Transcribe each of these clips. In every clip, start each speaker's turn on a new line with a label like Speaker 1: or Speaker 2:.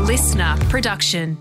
Speaker 1: listener production.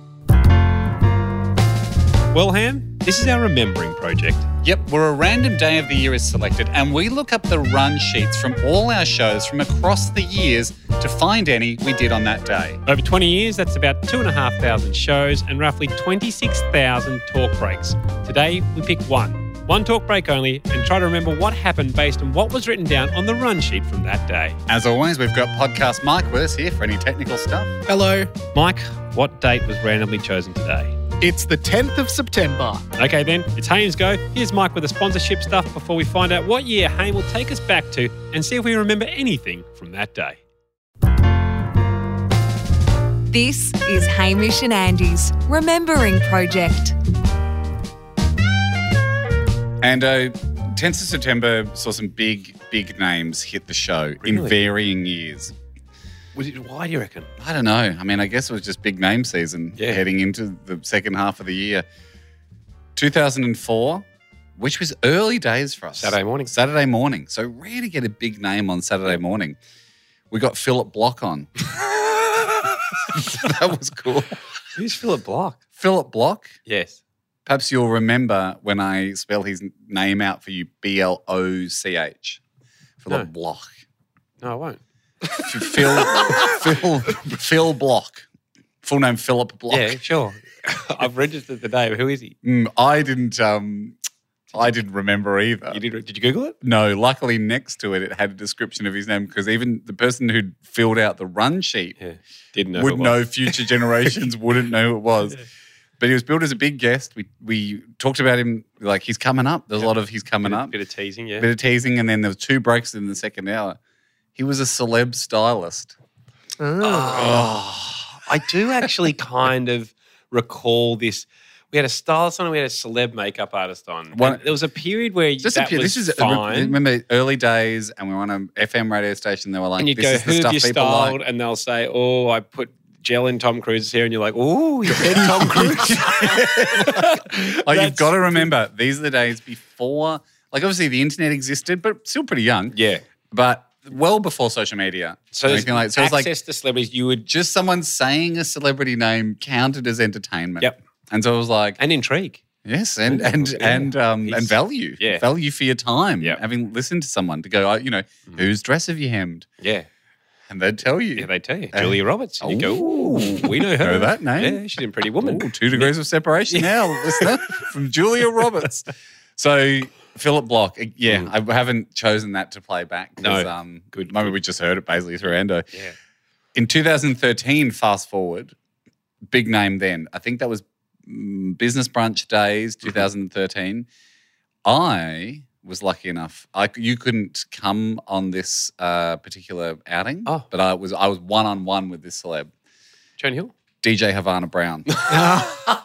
Speaker 2: Well, Ham, this is our remembering project.
Speaker 3: Yep, where a random day of the year is selected, and we look up the run sheets from all our shows from across the years to find any we did on that day.
Speaker 2: Over 20 years, that's about 2,500 shows and roughly 26,000 talk breaks. Today, we pick one, one talk break only, and try to remember what happened based on what was written down on the run sheet from that day.
Speaker 3: As always, we've got podcast Mike with us here for any technical stuff.
Speaker 4: Hello,
Speaker 2: Mike, what date was randomly chosen today?
Speaker 4: it's the 10th of September.
Speaker 2: Okay, then, it's Haynes Go. Here's Mike with the sponsorship stuff before we find out what year Hayne will take us back to and see if we remember anything from that day.
Speaker 1: This is Hamish and Andy's Remembering Project.
Speaker 3: And uh, 10th of September saw some big, big names hit the show in
Speaker 2: Really?
Speaker 3: varying years.
Speaker 2: Why do you reckon?
Speaker 3: I don't know. I mean, I guess it was just big name season
Speaker 2: Yeah.
Speaker 3: heading into the second half of the year. 2004, which was early days for us.
Speaker 2: Saturday morning.
Speaker 3: Saturday morning. So rare to get a big name on Saturday morning. We got Philip Block on. that was cool.
Speaker 2: Who's Philip Block?
Speaker 3: Philip Block.
Speaker 2: Yes.
Speaker 3: Perhaps you'll remember when I spell his name out for you B L O C H. Philip
Speaker 2: No.
Speaker 3: Block.
Speaker 2: No, I won't.
Speaker 3: Phil, Phil, Phil Block. Full name Philip Block.
Speaker 2: Yeah, sure. I've registered the name. Who is he?
Speaker 3: Mm, I didn't. Um, I didn't remember either.
Speaker 2: You did, did you Google it?
Speaker 3: No, luckily next to it, it had a description of his name because even the person who filled out the run sheet
Speaker 2: Yeah. Didn't know.
Speaker 3: would
Speaker 2: who it was.
Speaker 3: know future generations wouldn't know who it was. But he was billed as a big guest. We we talked about him like he's coming up. There's a lot of he's coming
Speaker 2: Bit of-
Speaker 3: up,
Speaker 2: Bit of teasing, yeah.
Speaker 3: bit of teasing, and then there were two breaks in the second hour. He was a celeb stylist.
Speaker 2: Oh, I do actually kind of recall this. We had a stylist on, and we had a celeb makeup artist on.
Speaker 3: One-
Speaker 2: And there was a period where
Speaker 3: Just
Speaker 2: that
Speaker 3: a pure-
Speaker 2: was
Speaker 3: this is
Speaker 2: fine.
Speaker 3: remember early days, and we were on an FM radio station. They were like,
Speaker 2: and you'd
Speaker 3: "This
Speaker 2: go,
Speaker 3: is the
Speaker 2: "Who have
Speaker 3: stuff
Speaker 2: you
Speaker 3: people like."
Speaker 2: styled?" And they'll say, "Oh, I put gel in Tom Cruise's hair," and you're like, "Oh, you said Tom Cruise."
Speaker 3: Like Oh, you've
Speaker 2: That's-
Speaker 3: got to remember, these are the days before, like obviously the internet existed, but still pretty young.
Speaker 2: yeah.
Speaker 3: But well before social media.
Speaker 2: So,
Speaker 3: or
Speaker 2: there's
Speaker 3: anything like so
Speaker 2: access
Speaker 3: it's like
Speaker 2: to celebrities, you would
Speaker 3: just someone saying a celebrity name counted as entertainment.
Speaker 2: Yep.
Speaker 3: And so it was like,
Speaker 2: and intrigue.
Speaker 3: yes, and and
Speaker 2: Ooh, yeah.
Speaker 3: and um and
Speaker 2: He's-
Speaker 3: value,
Speaker 2: yeah.
Speaker 3: value for your time.
Speaker 2: Yep.
Speaker 3: Having listened to someone to go, oh, you know, whose dress have you hemmed?
Speaker 2: Yeah,
Speaker 3: And they'd tell you,
Speaker 2: yeah, they tell you
Speaker 3: Uh,
Speaker 2: Julia Roberts. And you go, "Ooh, we know her.
Speaker 3: Know that name.
Speaker 2: Yeah, she's in Pretty Woman.
Speaker 3: Ooh, two degrees of separation now, listener, from Julia Roberts. So Philip Block, uh, yeah, I haven't chosen that to play back because
Speaker 2: No.
Speaker 3: um,
Speaker 2: Good,
Speaker 3: Maybe we just heard it basically through Endo.
Speaker 2: Yeah.
Speaker 3: In 2013, fast forward, big name then. I think that was mm, Business Brunch Days 2013. I was lucky enough. I c you couldn't come on this uh, particular outing,
Speaker 2: Oh.
Speaker 3: but I was I was one on one with this celeb.
Speaker 2: Joan Hill.
Speaker 3: DJ Havana Brown.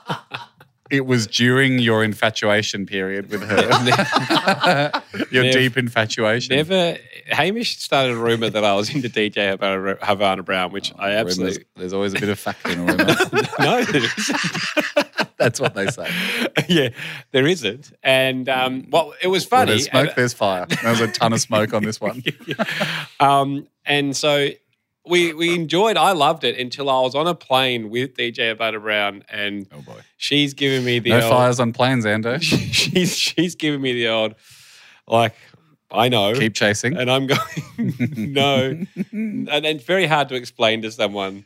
Speaker 3: it was during your infatuation period with her. your
Speaker 2: Nev-
Speaker 3: deep infatuation.
Speaker 2: Never. Hamish started a rumor that I was into DJ Havana, Havana Brown, which I
Speaker 3: Rumours-
Speaker 2: absolutely
Speaker 3: There's always a bit of fact in a rumor.
Speaker 2: no. there isn't.
Speaker 3: That's what they say.
Speaker 2: yeah, there isn't. And um, well, it was
Speaker 3: When
Speaker 2: funny.
Speaker 3: there's smoke,
Speaker 2: and-
Speaker 3: there's fire. There was a ton of smoke on this one.
Speaker 2: um, and so we we enjoyed. I loved it until I was on a plane with DJ Abada Brown, and
Speaker 3: Oh boy.
Speaker 2: she's giving me the
Speaker 3: No
Speaker 2: old,
Speaker 3: fires on planes, Ando.
Speaker 2: She's she's giving me the old like I know,
Speaker 3: Keep chasing.
Speaker 2: and I'm going no, and, and it's very hard to explain to someone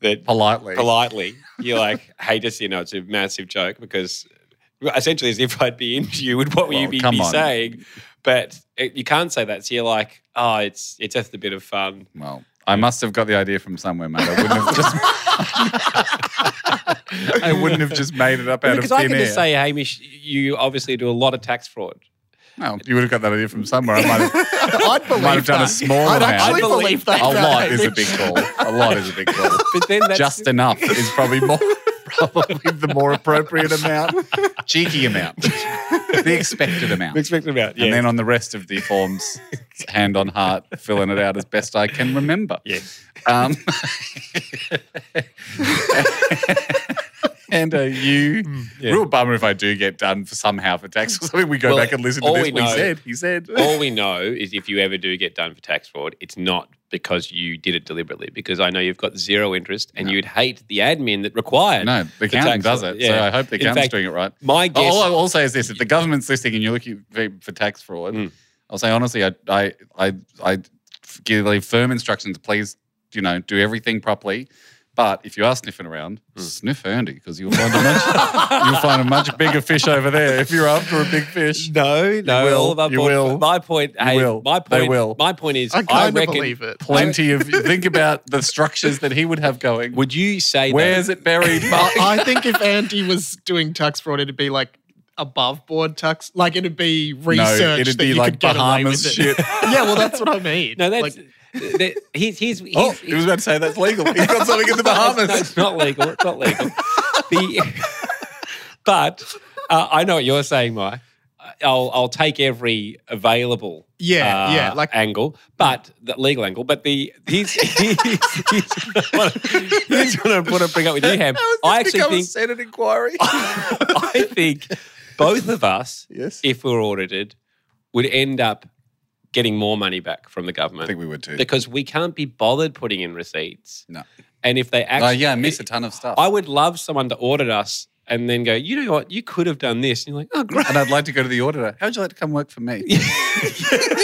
Speaker 2: that
Speaker 3: Politely.
Speaker 2: politely you're like, hey, just so you know, it's a massive joke because essentially as if I'd be into you and what would you
Speaker 3: Well,
Speaker 2: be,
Speaker 3: come
Speaker 2: be
Speaker 3: on.
Speaker 2: saying? But it, you can't say that, so you're like, oh, it's it's just a bit of fun.
Speaker 3: Well, I must have got the idea from somewhere, mate. I wouldn't have just. I wouldn't have just made it up out
Speaker 2: because
Speaker 3: of
Speaker 2: I
Speaker 3: thin
Speaker 2: can
Speaker 3: air.
Speaker 2: just say, Hamish, you obviously do a lot of tax fraud.
Speaker 3: Well, you would have got that idea from somewhere. I might have,
Speaker 4: I'd believe
Speaker 3: might have done a
Speaker 4: that.
Speaker 3: small
Speaker 4: I'd
Speaker 3: amount.
Speaker 4: actually
Speaker 2: I
Speaker 4: believe,
Speaker 2: believe
Speaker 4: that.
Speaker 3: a lot is a big call. A lot is a big call.
Speaker 2: But then that's
Speaker 3: Just enough is probably more, probably the more appropriate amount, cheeky amount, the expected amount.
Speaker 2: expected amount. Yeah.
Speaker 3: And then on the rest of the forms, hand on heart, filling it out as best I can Um, remember.
Speaker 2: yeah.
Speaker 3: Um, and a U.
Speaker 2: Mm,
Speaker 5: yeah.
Speaker 3: Real bummer if I do get done for somehow for tax or something. We go
Speaker 2: Well,
Speaker 3: back and listen to
Speaker 2: all
Speaker 3: this.
Speaker 2: we
Speaker 3: We,
Speaker 2: know-
Speaker 3: said, he said.
Speaker 2: All we know is if you ever do get done for tax fraud, it's not because you did it deliberately, because I know you've got zero interest and you'd hate the admin that required.
Speaker 3: No, the
Speaker 2: tax
Speaker 3: accountant does
Speaker 2: fraud,
Speaker 3: it. So
Speaker 2: yeah.
Speaker 3: I hope the
Speaker 2: In
Speaker 3: accountant's
Speaker 2: fact,
Speaker 3: doing it right.
Speaker 2: My guess.
Speaker 3: All I will say is this: if the government's listening and you're looking for, for tax fraud,
Speaker 2: Mm.
Speaker 3: I'll say honestly, I, I, I, I give leave firm instructions. Please, you know, do everything properly. But if you are sniffing around,
Speaker 2: Hmm.
Speaker 3: sniff Andy because you'll find a much you'll find a much bigger fish over there if you're after a big fish.
Speaker 2: no, no.
Speaker 3: will,
Speaker 2: all of our
Speaker 3: you
Speaker 2: point-
Speaker 3: will.
Speaker 2: My point.
Speaker 3: You
Speaker 2: hey,
Speaker 3: will.
Speaker 2: My
Speaker 3: They
Speaker 2: point.
Speaker 3: will.
Speaker 2: My point is,
Speaker 4: I
Speaker 2: I,
Speaker 4: kind of
Speaker 2: reckon.
Speaker 4: believe it.
Speaker 3: Plenty of think about the structures that he would have going.
Speaker 2: Would you say
Speaker 3: Where's
Speaker 2: that,
Speaker 3: it buried? oh, Mark?
Speaker 4: I I think if Andy was doing tax fraud, it'd be like above board tax. Like it'd be research
Speaker 3: it'd
Speaker 4: that
Speaker 3: be
Speaker 4: you
Speaker 3: like
Speaker 4: could get
Speaker 3: Bahamas
Speaker 4: away with it.
Speaker 3: shit.
Speaker 4: yeah, well, that's what I mean.
Speaker 2: No, that's.
Speaker 4: Like,
Speaker 2: that, he's, he's, he's,
Speaker 3: Oh, he was about to say that's legal. He's got something in the Bahamas.
Speaker 2: No, it's not legal. It's not legal. the, but uh, I know what you're saying, Mike. I'll I'll take every available
Speaker 4: Yeah,
Speaker 2: uh,
Speaker 4: yeah, like-
Speaker 2: angle, but the legal angle. But the he's he's, he's, what, here's what I want to bring up with you, Ham. I actually think
Speaker 3: Senate inquiry.
Speaker 2: I think both of us,
Speaker 3: yes,
Speaker 2: if we were audited, would end up getting more money back from the
Speaker 3: I
Speaker 2: government
Speaker 3: think we would too. Uh,
Speaker 2: because we can't be bothered putting in receipts.
Speaker 3: No.
Speaker 2: And if they actually,
Speaker 3: Oh yeah, I miss a ton of stuff.
Speaker 2: I would love someone to audit us and then go, you know what, you could have done this. And you're like, oh, great.
Speaker 3: and I'd like to go to the auditor. How'd you like to come work for me?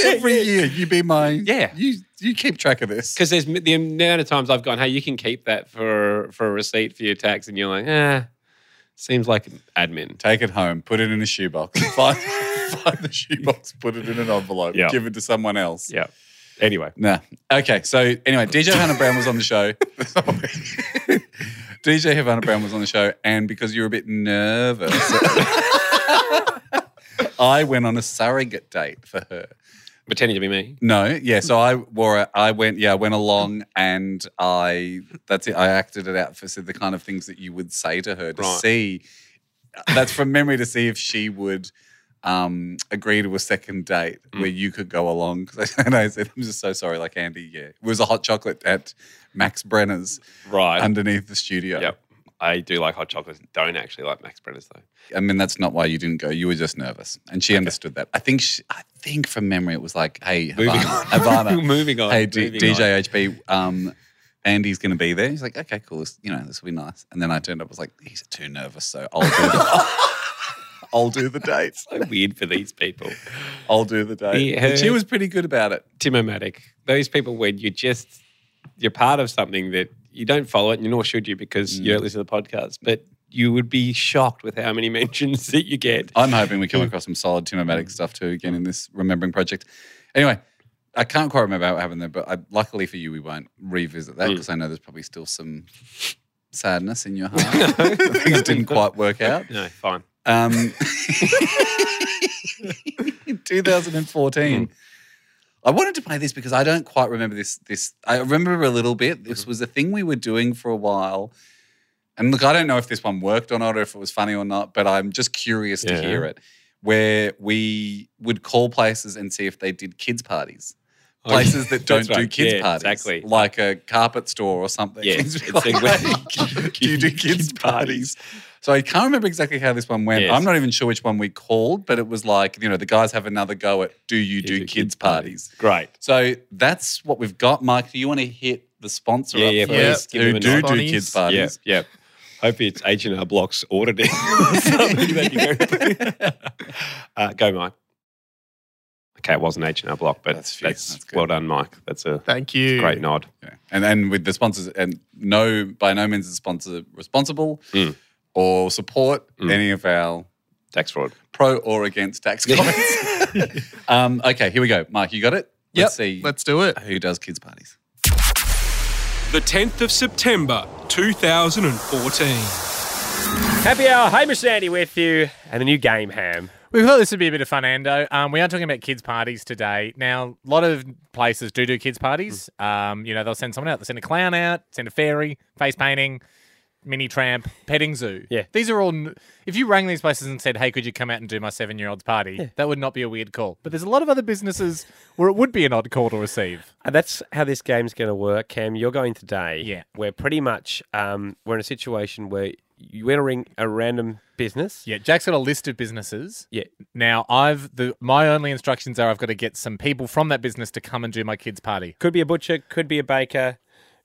Speaker 3: Every year, you be my
Speaker 2: Yeah.
Speaker 3: You you keep track of this.
Speaker 2: Because there's m- the amount of times I've gone, hey, you can keep that for for a receipt for your tax, and you're like, ah, seems like an admin.
Speaker 3: Take it home, put it in a shoebox, find, find the shoebox, put it in an envelope,
Speaker 2: Yeah.
Speaker 3: give it to someone else.
Speaker 2: Yeah. Anyway,
Speaker 3: Nah. Okay. So anyway, DJ Hannah Brown was on the show. DJ Havana Brown was on the show, and because you were a bit nervous, I went on a surrogate date for her.
Speaker 2: pretending to be me.
Speaker 3: No, yeah. So I wore it. I went. Yeah, I went along, and I. That's it. I acted it out for so the kind of things that you would say to her to
Speaker 2: Right.
Speaker 3: see. That's from memory to see if she would um, agree to a second date
Speaker 2: Mm.
Speaker 3: where you could go along. 'Cause I- And I said, "I'm just so sorry." Like Andy, yeah, it was a hot chocolate at Max Brenner's
Speaker 2: Right.
Speaker 3: underneath the studio.
Speaker 2: yep. I do like hot chocolates. Don't actually like Max Brenner's though.
Speaker 3: I mean, that's not why you didn't go. You were just nervous, and she understood that. I think. She, I think from memory, it was like, "Hey,
Speaker 2: Moving
Speaker 3: Havana,
Speaker 2: on.
Speaker 3: Havana,
Speaker 2: Moving on.
Speaker 3: hey D-
Speaker 2: Moving on.
Speaker 3: DJ HB, um, Andy's going to be there. He's like, okay, cool. This, you know, this will be nice. And then I turned up. I was like, he's too nervous, so I'll do the, I'll do the date.
Speaker 2: So weird for these people.
Speaker 3: I'll do the date.
Speaker 2: Yeah.
Speaker 3: And she was pretty good about it.
Speaker 2: Timomatic. Those people where you just you're part of something that you don't follow it, and nor should you because you don't listen to the podcast. But you would be shocked with how many mentions that you get.
Speaker 3: I'm hoping we come across some solid Timomatic stuff too again in this remembering project. Anyway, I can't quite remember what happened there, but I, luckily for you, we won't revisit
Speaker 2: Hmm.
Speaker 3: that because I know there's probably still some sadness in your heart. Things didn't quite work out.
Speaker 2: No, fine.
Speaker 3: Um, 2014. I wanted to play this because I don't quite remember this. This I remember a little bit. This was a thing we were doing for a while. And look, I don't know if this one worked or not, or if it was funny or not, but I'm just curious
Speaker 2: Yeah.
Speaker 3: to hear it. Where we would call places and see if they did kids' parties.
Speaker 2: Oh,
Speaker 3: Places
Speaker 2: that's
Speaker 3: that don't do
Speaker 2: right.
Speaker 3: kids'
Speaker 2: Yeah,
Speaker 3: parties.
Speaker 2: exactly.
Speaker 3: Like a carpet store or something.
Speaker 2: Yeah,
Speaker 3: It's
Speaker 2: it's
Speaker 3: like,
Speaker 2: exactly-
Speaker 3: do you do kids' parties? So I can't remember exactly how this one went.
Speaker 2: Yes.
Speaker 3: I'm not even sure which one we called, but it was like, you know, the guys have another go at do you do, kids, parties?
Speaker 2: Great.
Speaker 3: So that's what we've got, Mike. Do you want to hit the sponsor
Speaker 2: Yeah,
Speaker 3: up
Speaker 2: yeah,
Speaker 3: for
Speaker 4: please.
Speaker 3: us
Speaker 2: Give
Speaker 3: who
Speaker 2: them a
Speaker 3: do
Speaker 4: nod.
Speaker 3: do kids
Speaker 2: Yeah,
Speaker 3: parties?
Speaker 2: yeah. Hope it's H and R Block's auditing. Something that you go- uh, go, Mike. Okay, it wasn't H and R Block, but that's,
Speaker 3: That's fair. That's good.
Speaker 2: well done, Mike. That's a
Speaker 4: thank you.
Speaker 2: great nod.
Speaker 3: Yeah. And and with the sponsors and no by no means is the sponsor responsible
Speaker 2: Mm.
Speaker 3: or support
Speaker 2: Mm.
Speaker 3: any of our
Speaker 2: Tax fraud.
Speaker 3: pro or against tax comments. um, okay, here we go. Mike, you got it?
Speaker 4: Yep,
Speaker 3: Let's see
Speaker 4: Let's do it.
Speaker 3: who does kids parties.
Speaker 6: The 10th of September 2014.
Speaker 7: Happy hour, Hamish and Andy with you, and a new game, Ham.
Speaker 8: We thought this would be a bit of fun, Ando. Um, we are talking about kids' parties today. Now, a lot of places do do kids' parties.
Speaker 7: Mm.
Speaker 8: Um, you know, they'll send someone out. They'll send a clown out, send a fairy, face painting, mini tramp, petting zoo.
Speaker 7: Yeah.
Speaker 8: These are all... n- If you rang these places and said, hey, could you come out and do my seven-year-old's party? That would not be a weird call. But there's a lot of other businesses where it would be an odd call to receive.
Speaker 7: And that's how this game's going to work, Cam. You're going today.
Speaker 8: Yeah.
Speaker 7: We're pretty much um, we're in a situation where you're entering a random business.
Speaker 8: Yeah, Jack's got a list of businesses.
Speaker 7: Yeah.
Speaker 8: Now I've the my only instructions are I've got to get some people from that business to come and do my kids' party.
Speaker 7: Could be a butcher, could be a baker,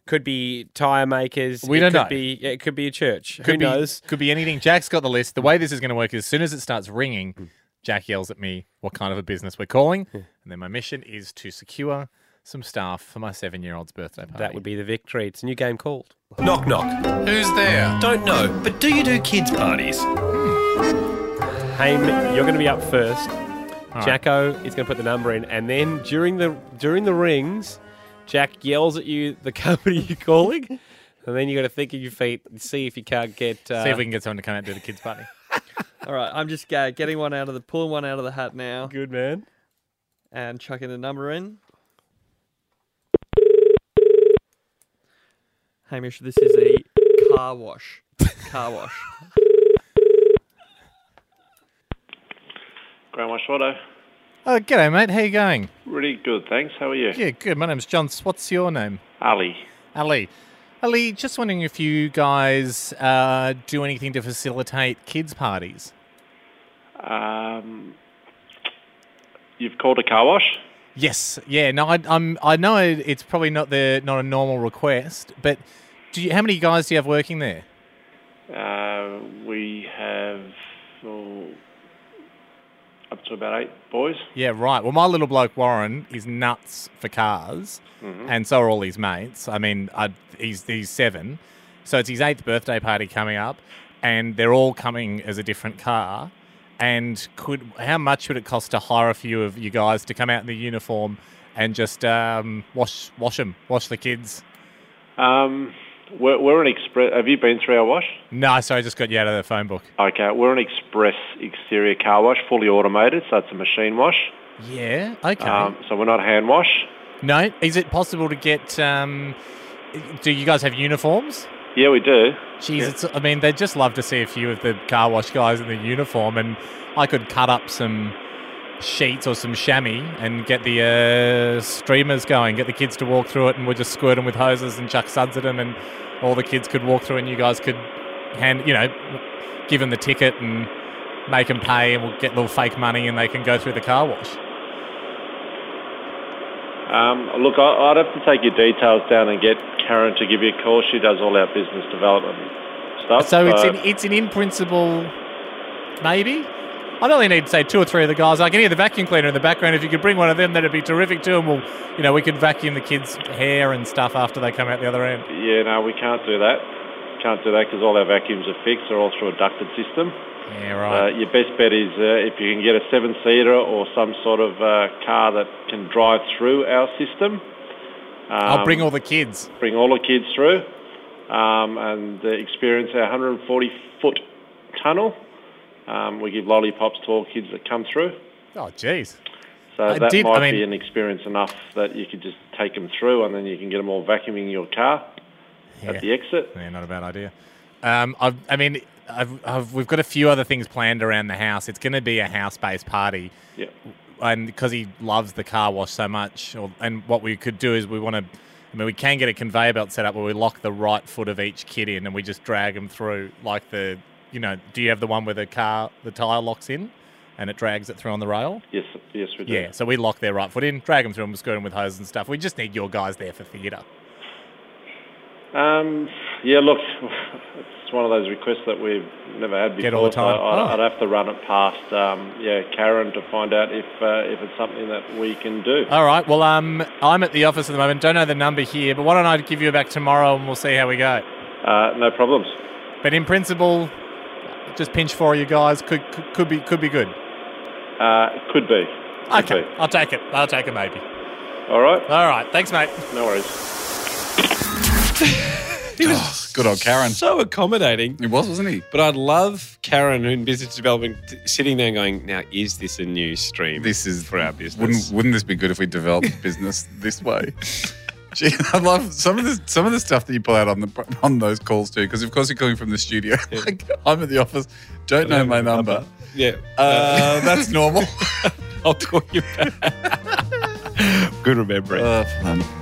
Speaker 7: could be tire makers.
Speaker 8: We
Speaker 7: it
Speaker 8: don't
Speaker 7: could
Speaker 8: know.
Speaker 7: Be, yeah, it could be a church. Who
Speaker 8: Could be,
Speaker 7: knows?
Speaker 8: Could be anything. Jack's got the list. The way this is going to work is as soon as it starts ringing, Jack yells at me what kind of a business we're calling, and then my mission is to secure some staff for my seven-year-old's birthday party.
Speaker 7: That would be the victory. It's a new game called.
Speaker 9: Knock knock.
Speaker 3: Who's there?
Speaker 9: Don't know, but do you do kids parties?
Speaker 7: Haim, Hmm. you're going to be up first. Jacko is going to put the number in, and then during the during the rings, Jack yells at you the company you're calling, and then you got to think of your feet and see if you can't get. Uh,
Speaker 8: See if we can get someone to come out and do the kids' party.
Speaker 10: All right, I'm just uh, getting one out of the pulling one out of the hat now
Speaker 7: Good man.
Speaker 10: and chucking the number in. Hamish, this is a car wash. Car wash.
Speaker 11: Grandma Swatto.
Speaker 8: Oh, g'day, mate. How you going?
Speaker 11: Really good, thanks. How are you?
Speaker 8: Yeah, good. My name's John. What's your name?
Speaker 11: Ali.
Speaker 8: Ali. Ali, just wondering if you guys uh, do anything to facilitate kids' parties.
Speaker 11: Um, you've called a car wash?
Speaker 8: Yes. Yeah. No, I, I'm. I know it- it's probably not the not a normal request, but do you? How many guys do you have working there?
Speaker 11: Uh, we have oh, up to about eight boys.
Speaker 8: Yeah. Right. Well, my little bloke Warren is nuts for cars, and so are all his mates. I mean, I, he's he's seven, so it's his eighth birthday party coming up, and they're all coming as a different car. And could how much would it cost to hire a few of you guys to come out in the uniform and just um, wash wash them, wash the kids?
Speaker 11: Um, we're, we're an express. Have you been through our wash?
Speaker 8: No, sorry, I just got you out of the phone book.
Speaker 11: Okay, we're an express exterior car wash, fully automated, so it's a machine wash.
Speaker 8: Yeah. Okay.
Speaker 11: Um, so we're not hand wash.
Speaker 8: No, is it possible to get? Um, do you guys have uniforms?
Speaker 11: Yeah, we do.
Speaker 8: Jeez, it's, I mean, they'd just love to see a few of the car wash guys in the uniform, and I could cut up some sheets or some chamois and get the uh, streamers going, get the kids to walk through it, and we'll just squirt them with hoses and chuck suds at them, and all the kids could walk through, and you guys could hand, you know, give them the ticket and make them pay, and we'll get little fake money, and they can go through the car wash.
Speaker 11: Um, look, I, I'd have to take your details down and get Karen to give you a call. She does all our business development stuff.
Speaker 8: So it's
Speaker 11: so-
Speaker 8: an, it's an in principle, maybe. I only need to say two or three of the guys. I can hear the vacuum cleaner in the background. If you could bring one of them, that'd be terrific too. And we'll, you know, we could vacuum the kids' hair and stuff after they come out the other end.
Speaker 11: Yeah, no, we can't do that. Can't do that because all our vacuums are fixed. They're all through a ducted system.
Speaker 8: Yeah,
Speaker 11: Uh,
Speaker 8: right.
Speaker 11: your best bet is uh, if you can get a seven-seater or some sort of uh, car that can drive through our system.
Speaker 8: I'll
Speaker 11: um,
Speaker 8: bring all the kids.
Speaker 11: bring all the kids through um, and uh, experience our 140-foot tunnel. Um, we give lollipops to all kids that come through.
Speaker 8: Oh, jeez.
Speaker 11: So
Speaker 8: I
Speaker 11: that
Speaker 8: did-
Speaker 11: might
Speaker 8: I mean-
Speaker 11: be an experience enough that you could just take them through and then you can get them all vacuuming your car
Speaker 8: Yeah.
Speaker 11: at the exit.
Speaker 8: Yeah, not a bad idea. Um, I've, I mean, I've, I've, we've got a few other things planned around the house. It's going to be a house-based party.
Speaker 11: Yeah.
Speaker 8: and because he loves the car wash so much, or, and what we could do is we want to. I mean, we can get a conveyor belt set up where we lock the right foot of each kid in, and we just drag them through, like the, you know, do you have the one where the car the tire locks in, and it drags it through on the rail?
Speaker 11: Yes, yes, we do.
Speaker 8: Yeah. So we lock their right foot in, drag them through, and skirt them with hoses and stuff. We just need your guys there for theatre.
Speaker 11: Um, yeah, look, it's one of those requests that we've never had before.
Speaker 8: Get all the time.
Speaker 11: So I'd,
Speaker 8: Oh.
Speaker 11: I'd have to run it past, um, yeah, Karen to find out if uh, if it's something that we can do.
Speaker 8: All right. Well, um, I'm at the office at the moment. Don't know the number here, but why don't I give you a back tomorrow, and we'll see how we go.
Speaker 11: Uh, no problems.
Speaker 8: But in principle, just pinch four of you guys could could, could be could be good.
Speaker 11: Uh, could be. Could
Speaker 8: Okay,
Speaker 11: be.
Speaker 8: I'll take it. I'll take it, maybe.
Speaker 11: All right.
Speaker 8: All right, thanks, mate.
Speaker 11: No worries.
Speaker 3: Oh, Good old Karen.
Speaker 12: So accommodating.
Speaker 3: He was, wasn't he?
Speaker 12: But I'd love Karen in business development t- sitting there and going, now, is this a new stream?
Speaker 3: This is
Speaker 12: for our business.
Speaker 3: Wouldn't wouldn't this be good if we developed business this way? Gee, I love some of the some of the stuff that you pull out on the on those calls too, because of course you're calling from the studio. like, I'm at the office, don't know my number.
Speaker 12: yeah.
Speaker 3: Uh, that's normal.
Speaker 12: I'll call you back. Good remembering.
Speaker 3: Uh, fun.